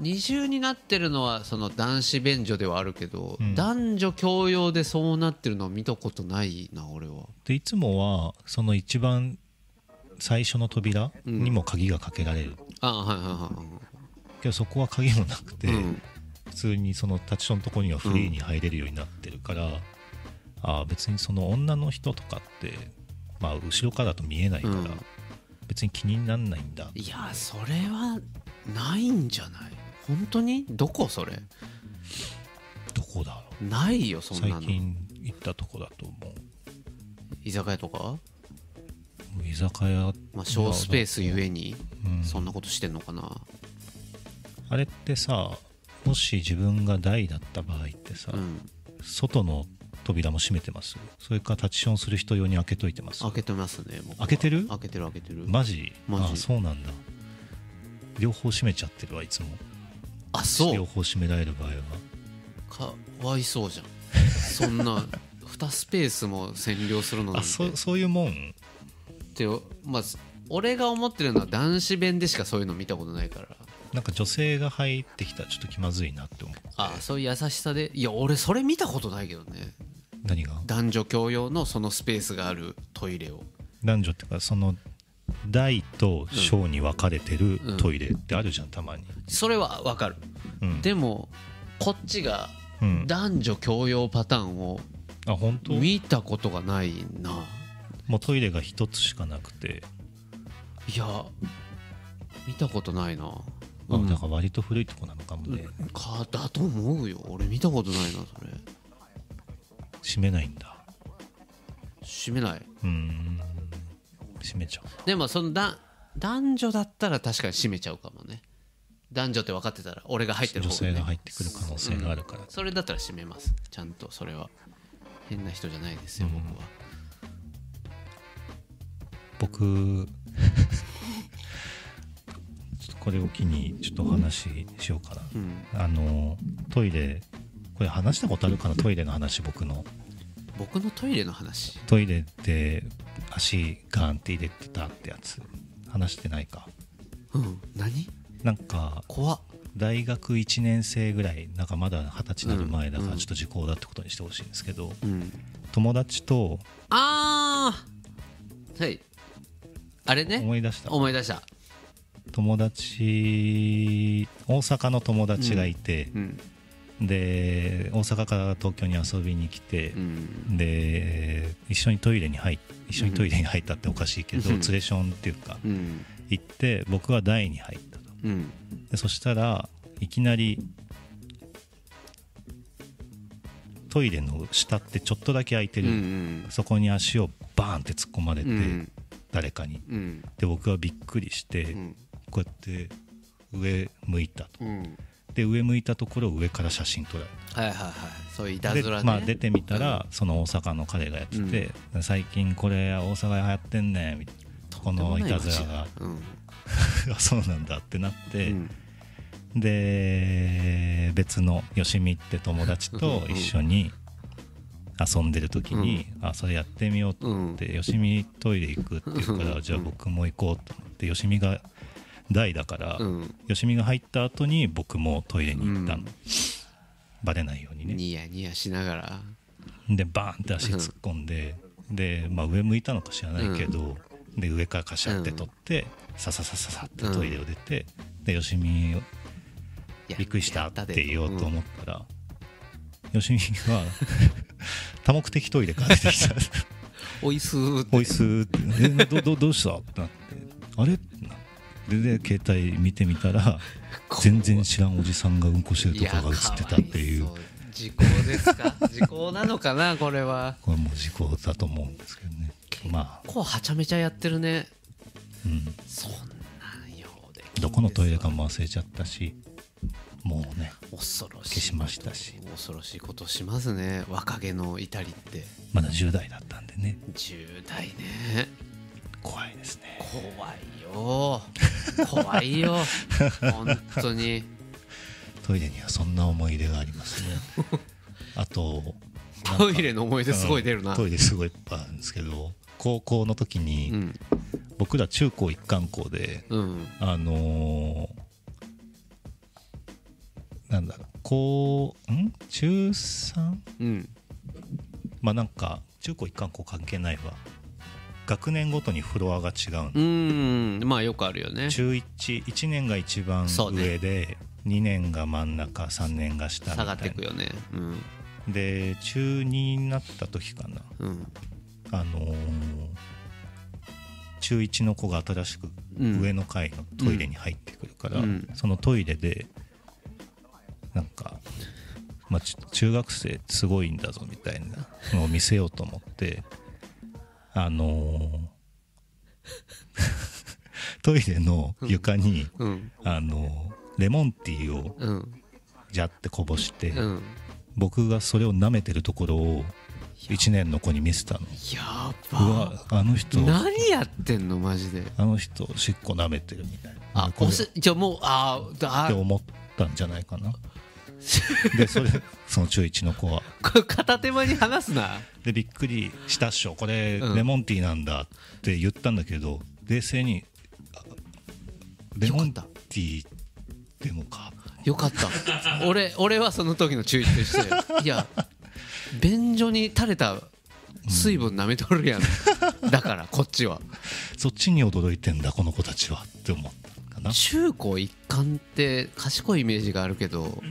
二重になってるのはその男子便所ではあるけど、うん男女共用でそうなってるのは見たことないな俺はでいつもはその一番最初の扉にも鍵がかけられる、あはいはいけどそこは鍵もなくて、はいはい、うん、普通にそのタッチションのとこにはフリーに入れるようになってるから、ああ別にその女の人とかってまあ後ろからだと見えないから、うん別に気になんないんだいやそれはないんじゃない本当にどこそれどこだろないよそうん最なの近行ったとこだと思う居酒屋とか、もう居酒屋、まあ、小スペースゆえにうんそんなことしてんのかなあれってさもし自分が台だった場合ってさ、うん外の扉も閉めてますそれか立ちションする人用に開けといてます開けてますね僕は開けてる開けてる開けてるマジマジあそうなんだ両方閉めちゃってるわいつもあそう両方閉められる場合はかわいそうじゃんそんな2スペースも占領するのなんあてそそういうもんってまあ俺が思ってるのは男子弁でしかそういうの見たことないからなんか女性が入ってきたらちょっと気まずいなって思うああそういう優しさでいや俺それ見たことないけどね何が男女共用のそのスペースがあるトイレを男女っていうかその大と小に分かれてるトイレってあるじゃんたまに、それはわかるうんでもこっちがうん、男女共用パターンをあ本当見たことがないなもうトイレが一つしかなくて、いや見たことないなあうんだから割と古いとこなのかもね、かだと思うよ俺見たことないなそれ閉めないんだ閉めないうーん閉めちゃうでもそのだ男女だったら確かに閉めちゃうかもね男女って分かってたら俺が入ってる女方性がね入ってくる可能性があるから、それだったら閉めますちゃんとそれは変な人じゃないですようん僕は僕ちょっとこれを機にちょっとお話ししようかな、うんあのトイレこれ話したことあるかなトイレの話僕の僕のトイレの話トイレで足ガーンって入れてたってやつ話してないかうん何なんか怖っ大学1年生ぐらいなんかまだ二十歳になる前だかうんうらんちょっと時効だってことにしてほしいんですけど、うん友達とあーはいあれね思い出した思い出した友達大阪の友達がいて、うんで大阪から東京に遊びに来てう、んで一緒にトイレに入っ一緒にトイレに入ったっておかしいけど、うん連れションっていうかうん行って僕は台に入ったとうんでそしたらいきなりトイレの下ってちょっとだけ空いてうんうる、んそこに足をバーンって突っ込まれうて、ん誰かにうんで僕はびっくりして、うんこうやって上向いたとうんで上向いたところを上から写真撮られはいはいはいそういういたたずらねでまあ、出てみたら、その大阪の彼がやってて、最近これ大阪で流行ってんねんみたいなこのいたずらが うん、あそうなんだってなっうて、んで別のよしみって友達と一緒に遊んでる時に、あそれやってみようと思って、よしみトイレ行くっていうから、うんじゃあ僕も行こうと思ってよしみが大だから、うんよしみが入った後に僕もトイレに行ったの、うんバレないようにねニヤニヤしながらでバーンって足突っ込んで、で、まあ、上向いたのか知らないけど、で上からカシャって取って、さささささってトイレを出て、でよしみをやびっくりしたやってで言おうと思ったら、よしみは 多目的トイレから出てきた「うんおいすーっておいすー」ってえどどどうした?」ってなって「あれ?」ってなってで携帯見てみたら全然知らんおじさんがうんこしてるところが映ってたっていうやかわいそう時効ですか時効なのかなこれはこれもう事故だと思うんですけどねまあ、こうはちゃめちゃやってるねうん、そんなんようできんですよどこのトイレかも忘れちゃったしもうね恐ろしい消しましたし恐ろしいことしますね若気の至りってまだ10代だったんでね10代ね怖いですね怖いよ怖いよ本当にトイレにはそんな思い入れがあります ねあとなんかトイレの思い出すごい出るうんなトイレすごいいっぱいあるんですけど高校の時に、うん僕ら中高一貫校でうんあのーなんだろう高ん中 3? うんまあなんか中高一貫校関係ないわ学年ごとにフロアが違うんうでんまあよくあるよね中11年が一番そうね上で、2年が真ん中3年が下みた下いがなっていくよねうんで中2になった時かなうんあのー中1の子が新しくうん上の階のトイレに入ってくるから、うんそのトイレでなんか、まあ、ち中学生すごいんだぞみたいなのを見せようと思って あのー トイレの床に、うんあのーレモンティーをうんジャってこぼして、うん僕がそれを舐めてるところを1年の子に見せたの。やうばわあの人何やってんのマジであの人しっこ舐めてるみたいなあこおれせじゃあもうあーってあ思ったんじゃないかなでそれ その中1の子はこれ片手間に話すなでびっくりしたっしょこれうんレモンティーなんだって言ったんだけど、冷静にあレモンティーでもかよかった俺俺はその時の注意としていや便所に垂れた水分舐めとるやん、だからこっちはそっちに驚いてんだこの子たちはって思ったかな中高一貫って賢いイメージがあるけど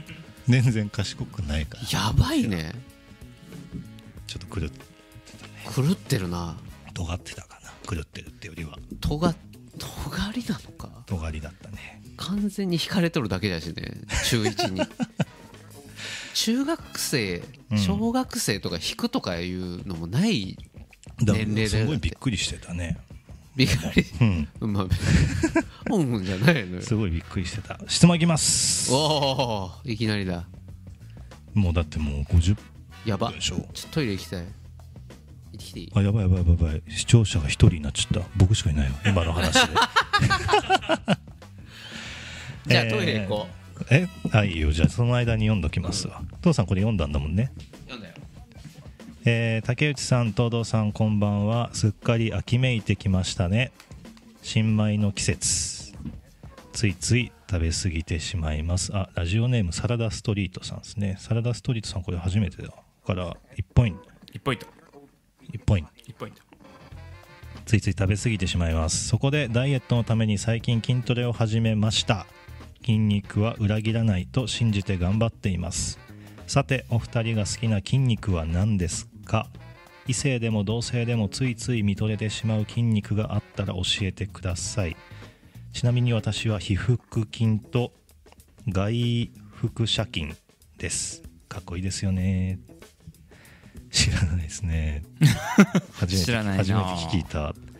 全然賢くないからちょやばいねっと狂っ狂ってるな尖ってたかな狂ってるってよりはとが尖りなのか尖りだったね完全に惹かれとるだけだしね中1に 中学生うん小学生とか引くとかいうのもないだ年齢だよすごいびっくりしてたねびっくりうんまあうんうんじゃないのよすごいびっくりしてた質問いきますおおいきなりだもうだってもう50やば分でしょちょっとトイレ行きたい行ってきていいあやばいやばいやばいやばい視聴者が一人になっちゃった僕しかいないよ今の話でじゃあトイレ行こうえーえあいいよじゃあその間に読んどきますわ、父さんこれ読んだんだもんねうなんだよえー竹内さん東堂さんこんばんはすっかり秋めいてきましたね新米の季節ついつい食べ過ぎてしまいますあラジオネームサラダストリートさんですねサラダストリートさんこれ初めてだから1ポイント1ポイント1ポイント1ポイントついつい食べ過ぎてしまいますそこでダイエットのために最近筋トレを始めました筋肉は裏切らないと信じて頑張っていますさてお二人が好きな筋肉は何ですか異性でも同性でもついつい見とれてしまう筋肉があったら教えてくださいちなみに私は皮腹筋と外腹斜筋ですかっこいいですよね知らないですね初めて知らないな初めて聞いたでも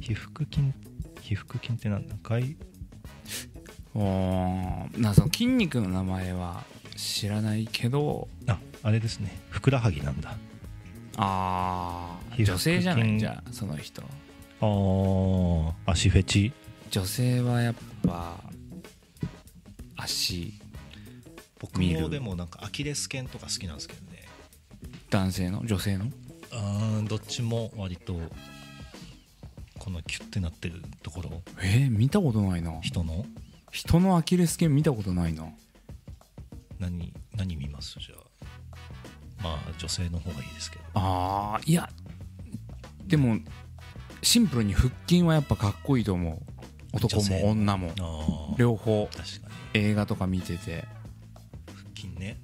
皮腹筋起伏筋ってなんだかいおーなその筋肉の名前は知らないけどああれですねふくらはぎなんだああ皮膚女性じゃな筋いじゃあその人あー足フェチ女性はやっぱ足僕見るもでもなんかアキレス腱とか好きなんですけどね男性の女性のうーんどっちも割とこのキュッてなってるところえー、見たことないな人の人のアキレス腱見たことないな何何見ますじゃあまあ女性の方がいいですけどあーいやでもシンプルに腹筋はやっぱかっこいいと思う男女性もの女もああ両方確かに映画とか見てて腹筋ね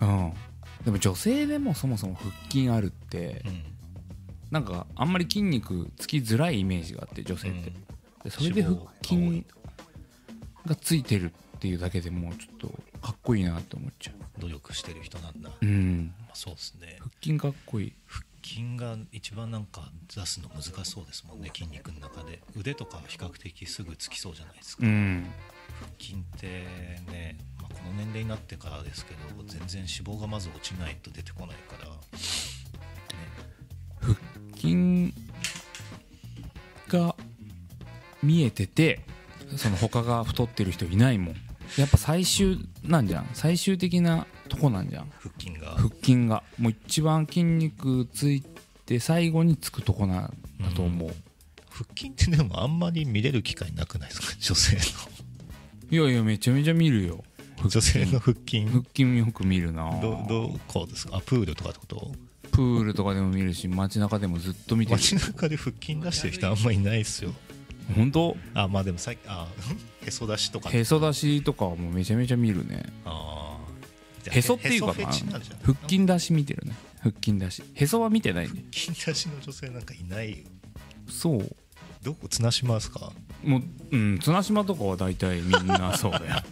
うんでも女性でもそもそも腹筋あるってうんなんかあんまり筋肉つきづらいイメージがあって女性って、でそれで腹筋がついてるっていうだけでもうちょっとかっこいいなって思っちゃ努力してる人なんだ、ううまんあ、そうですね腹筋かっこいい腹筋が一番なんか出すの難しそうですもんね筋肉の中で腕とかは比較的すぐつきそうじゃないですか、うん腹筋ってね、まあ、この年齢になってからですけど全然脂肪がまず落ちないと出てこないから、ね、筋が見えててその他が太ってる人いないもんやっぱ最終なんじゃん最終的なとこなんじゃん腹筋が腹筋がもう一番筋肉ついて最後につくとこなんだと思う、腹筋ってでもあんまり見れる機会なくないですか 女性いやいやめちゃめちゃ見るよの女性の腹筋腹筋よく見るなどどうこうですかあプールとかってことプールとかでも見るし街中でもずっと見てる街中で腹筋出してる人あんまいないですよ本当あまあでもさっきあ へそ出しとかへそ出しとかはもうめちゃめちゃ見るねあーじゃあへそっていうへかそまフあェチなんじゃない腹筋出し見てるね腹筋出しへそは見てないね 腹筋出しの女性なんかいないよそうどこ綱島ですかもううん綱島とかは大体みんなそ うだよ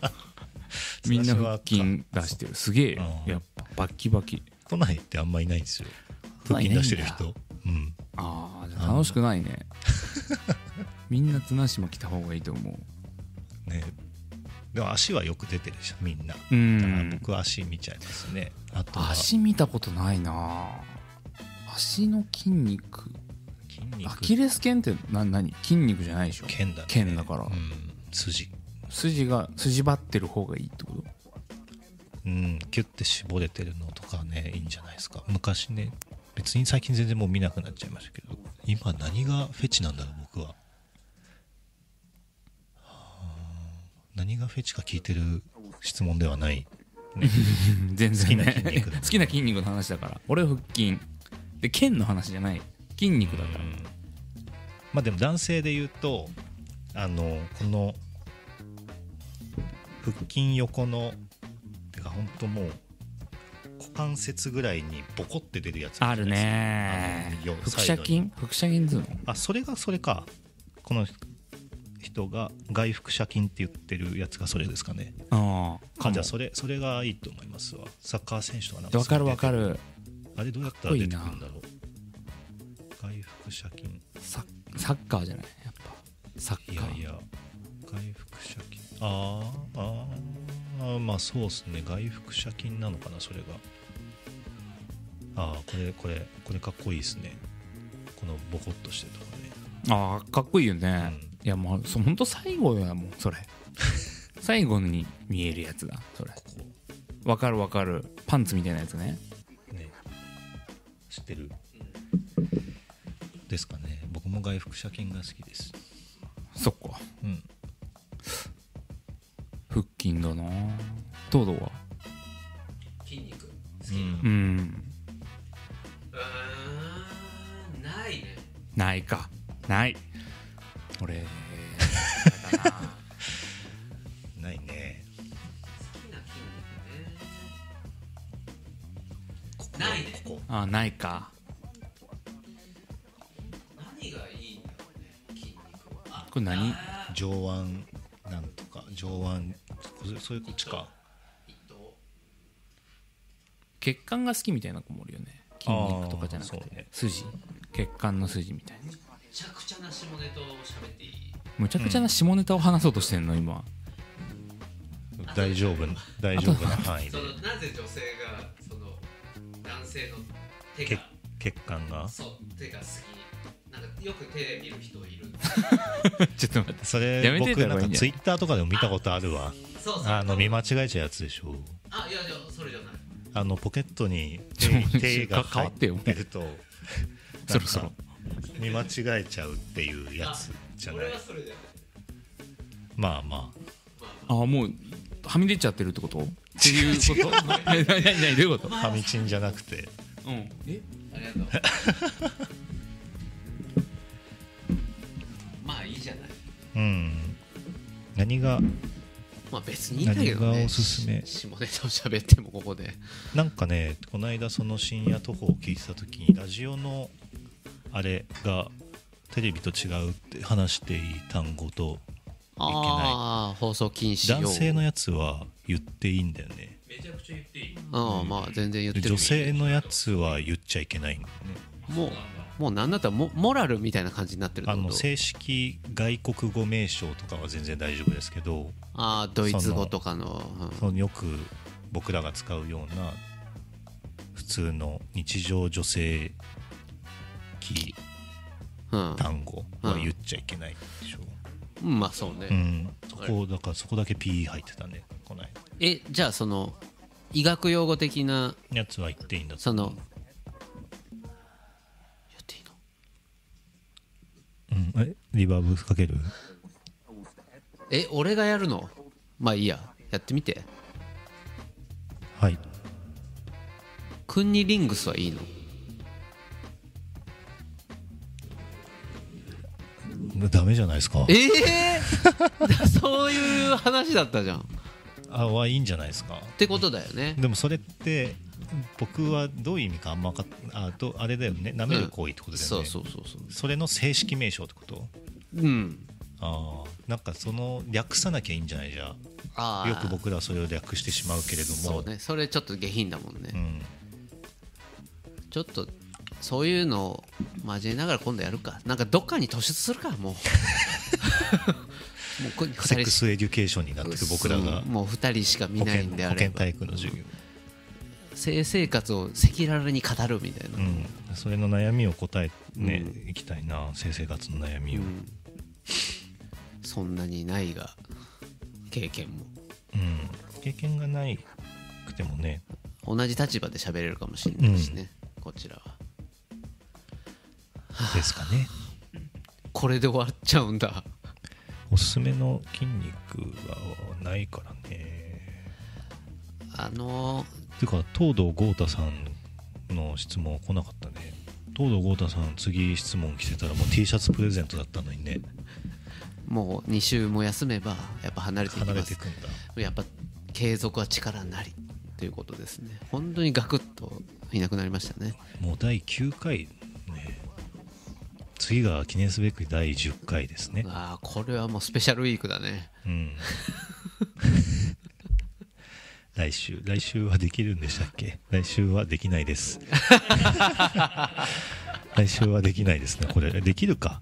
みんな腹筋出してるすげえようんやっぱバッキバキ都内ってあんまいないんですよ都腹内い筋ないんだ出してる人うんあーじゃあ楽しくないねみんな綱島来た方がいい と思うねでも足はよく出てるでしょみんなだうからん僕は足見ちゃいますねあとは筋足見たことないな足の筋肉ア肉キレス腱ってな何筋肉じゃないでしょ腱だね腱だからうん筋筋が筋張ってる方がいいってことうんキュッて絞れてるのとかねいいんじゃないですか昔ね別に最近全然もう見なくなっちゃいましたけど今何がフェチなんだろう僕ははあ何がフェチか聞いてる質問ではない、ね、 全然、ね、好きな筋 肉好きな筋肉の話だから俺は腹筋で腱の話じゃない筋肉だから、まあでも男性で言うとあのこの腹筋横のてか本当もう股関節ぐらいにボコって出るやつあるねあのよ腹斜サイド筋腹斜筋っつうのあそれがそれかこの人が外腹斜筋って言ってるやつがそれですかねああかじゃあそれそれがいいと思いますわサッカー選手とかなんわかるわかるるあれどうやったら出てくるんだろう外腹斜筋ササッカーじゃないやっぱサッカーいやいや外腹斜筋あーあーまあそうっすね外腹斜筋なのかなそれがああこれこれこれかっこいいですねこのボコっとしてるとこああかっこいいよね、うんいやもうそほんと最後やもん それ最後に見えるやつだそれねわかるわかるパンツみたいなやつねここね知ってるですかね僕も外腹斜筋が好きですそっかうん腹筋だな東堂は筋肉ううんんうーんないねないかない俺あれだなないね好きな筋肉ねここないねここあないか何がいいんだろうね筋肉はあこれ何上腕なんとか上腕それそれこっちか一頭血管が好きみたいな子もおるよね筋肉とかじゃなくあーそうてね筋血管の筋みたいなちゃくちゃな下ネタを喋っていいむちゃくちゃな下ネタを話そうとしてんの今大丈夫大丈夫な範囲そでのなぜ女性がその男性の手血が血管がそう手が好きなんかよく手見る人いる ちょっと待ってそやれめて僕た方なんかがいいんじゃないツイッターとかでも見たことあるわそうそうあの見間違えちゃうやつでしょあいやいやそれじゃないあのポケットにちょ手手がか変入わっってよてると そろそろ見間違えちゃうっていうやつじゃない俺はそれじゃないまあまあもうはみ出ちゃってるってことっていうこと え何何何どういうことあファミチンじゃなくてうんえありがとう まあいいじゃないうん何がまあ別にいいんだけどね何がおすすめし下ネタを喋ってもここでなんかねこの間その深夜徒歩を聞いてた時にラジオのあれがテレビと違うって話していい単語とああ放送禁止用男性のやつは言っていいんだよねめちゃくちゃ言っていいああまあ全然言ってでる女性のやつは言っちゃいけないんだよねもうもうなんだったらモモラルみたいな感じになってるってあことの正式外国語名称とかは全然大丈夫ですけどああドイツ語とかのうんそのよく僕らが使うような普通の日常女性期うん単語は言っちゃいけないでしょうん、まあそうね、うん、そこだからそこだけ P 入ってたねこの間えじゃあその医学用語的なやつは言っていいんだそのやっていいのうん、えリバーブかけるえ俺がやるのまあいいややってみてはいクンニリングスはいいのダメじゃないですかええ そういう話だったじゃんっあはいいんじゃないですかてことだよねでもそれって僕はどういう意味かあんま分かっあどあれだよね舐める行為ってことだよね、そうそうそうそうそれの正式名称ってことうんあーなんかその略さなきゃいいんじゃないじゃあああよく僕らはそれを略してしまうけれどそもうねそれちょっと下品だもんね、うん、ちょっとそういうのを交えながら今度やるかなんかどっかに突出するか もうもうこセック二人しスエデュケーションになってる僕らがそうもう2人しか見保ない健んで保あれ健ば体育の授業性生活を赤裸々に語るみたいな、うん、それの悩みを答えね、いきたいな性生活の悩みを、うんそんなにないが経験も経験がないくてもね同じ立場で喋れるかもしれないしね、こちらはですかねこれで終わっちゃうんだおすすめの筋肉はないからねあのーていうか東堂豪太さんの質問来なかったね東堂豪太さん次質問来てたらもう T シャツプレゼントだったのにねもう2週も休めばやっぱ離れていき離れまてすいくんだやっぱ継続は力なりということですね本当にガクッといなくなりましたねもう第9回ね次が記念すべき第10回ですねああこれはもうスペシャルウィークだねうん来週来週はできるんでしたっけ来週はできないです 来週はできないですねこれできるか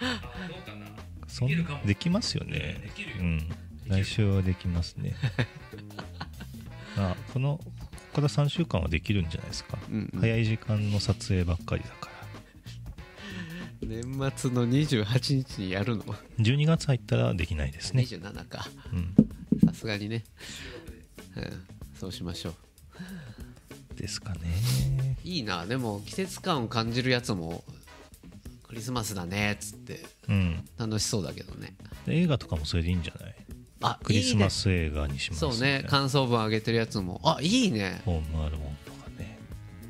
あどうかなそんできるかもできますよねできるようん来週はできま すねまあこのここから3週間はできるんじゃないですか、うんうん早い時間の撮影ばっかりだから年末の28日にやるの12月入ったらできないですね、 27かうん、さすがにね、うん、そうしましょうですかねいいなでも季節感を感じるやつもクリスマスだねっつってうん楽しそうだけどねで映画とかもそれでいいんじゃないあクリスマス映画にしいいねますそうねみたいな感想文上げてるやつもあいいねホームアローンとかね、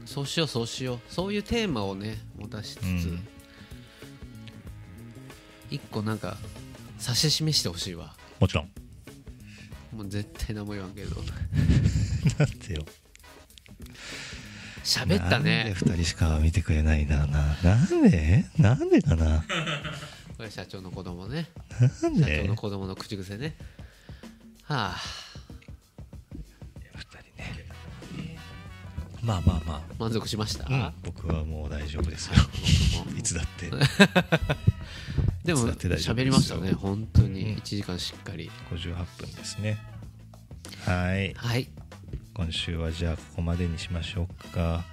そうしようそうしようそういうテーマをね持たしつうんつ一個なんか指し示してほしいわもちろんもう絶対何も言わんけど だってよ喋ったねなんで2人しか見てくれないんだろうななんでなんでかなこれ社長の子供ねなん社長での子供の口癖ねはあ2人ねまあまあま満足しました、あ、うん、僕はもう大丈夫ですよいつだってで手も伝って大丈夫喋りましたでねすよ本当うにん1時間しっかり、 58分ですねはいはい今週はじゃあここまでにしましょうか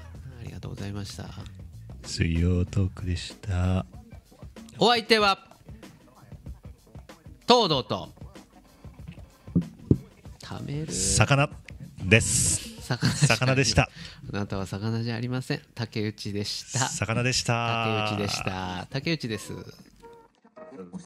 ありがとうございました水曜トークでしたお相手は東堂とためる魚です魚じゃ魚でしたあなたは魚じゃありません竹内でした魚でした竹内でした竹内です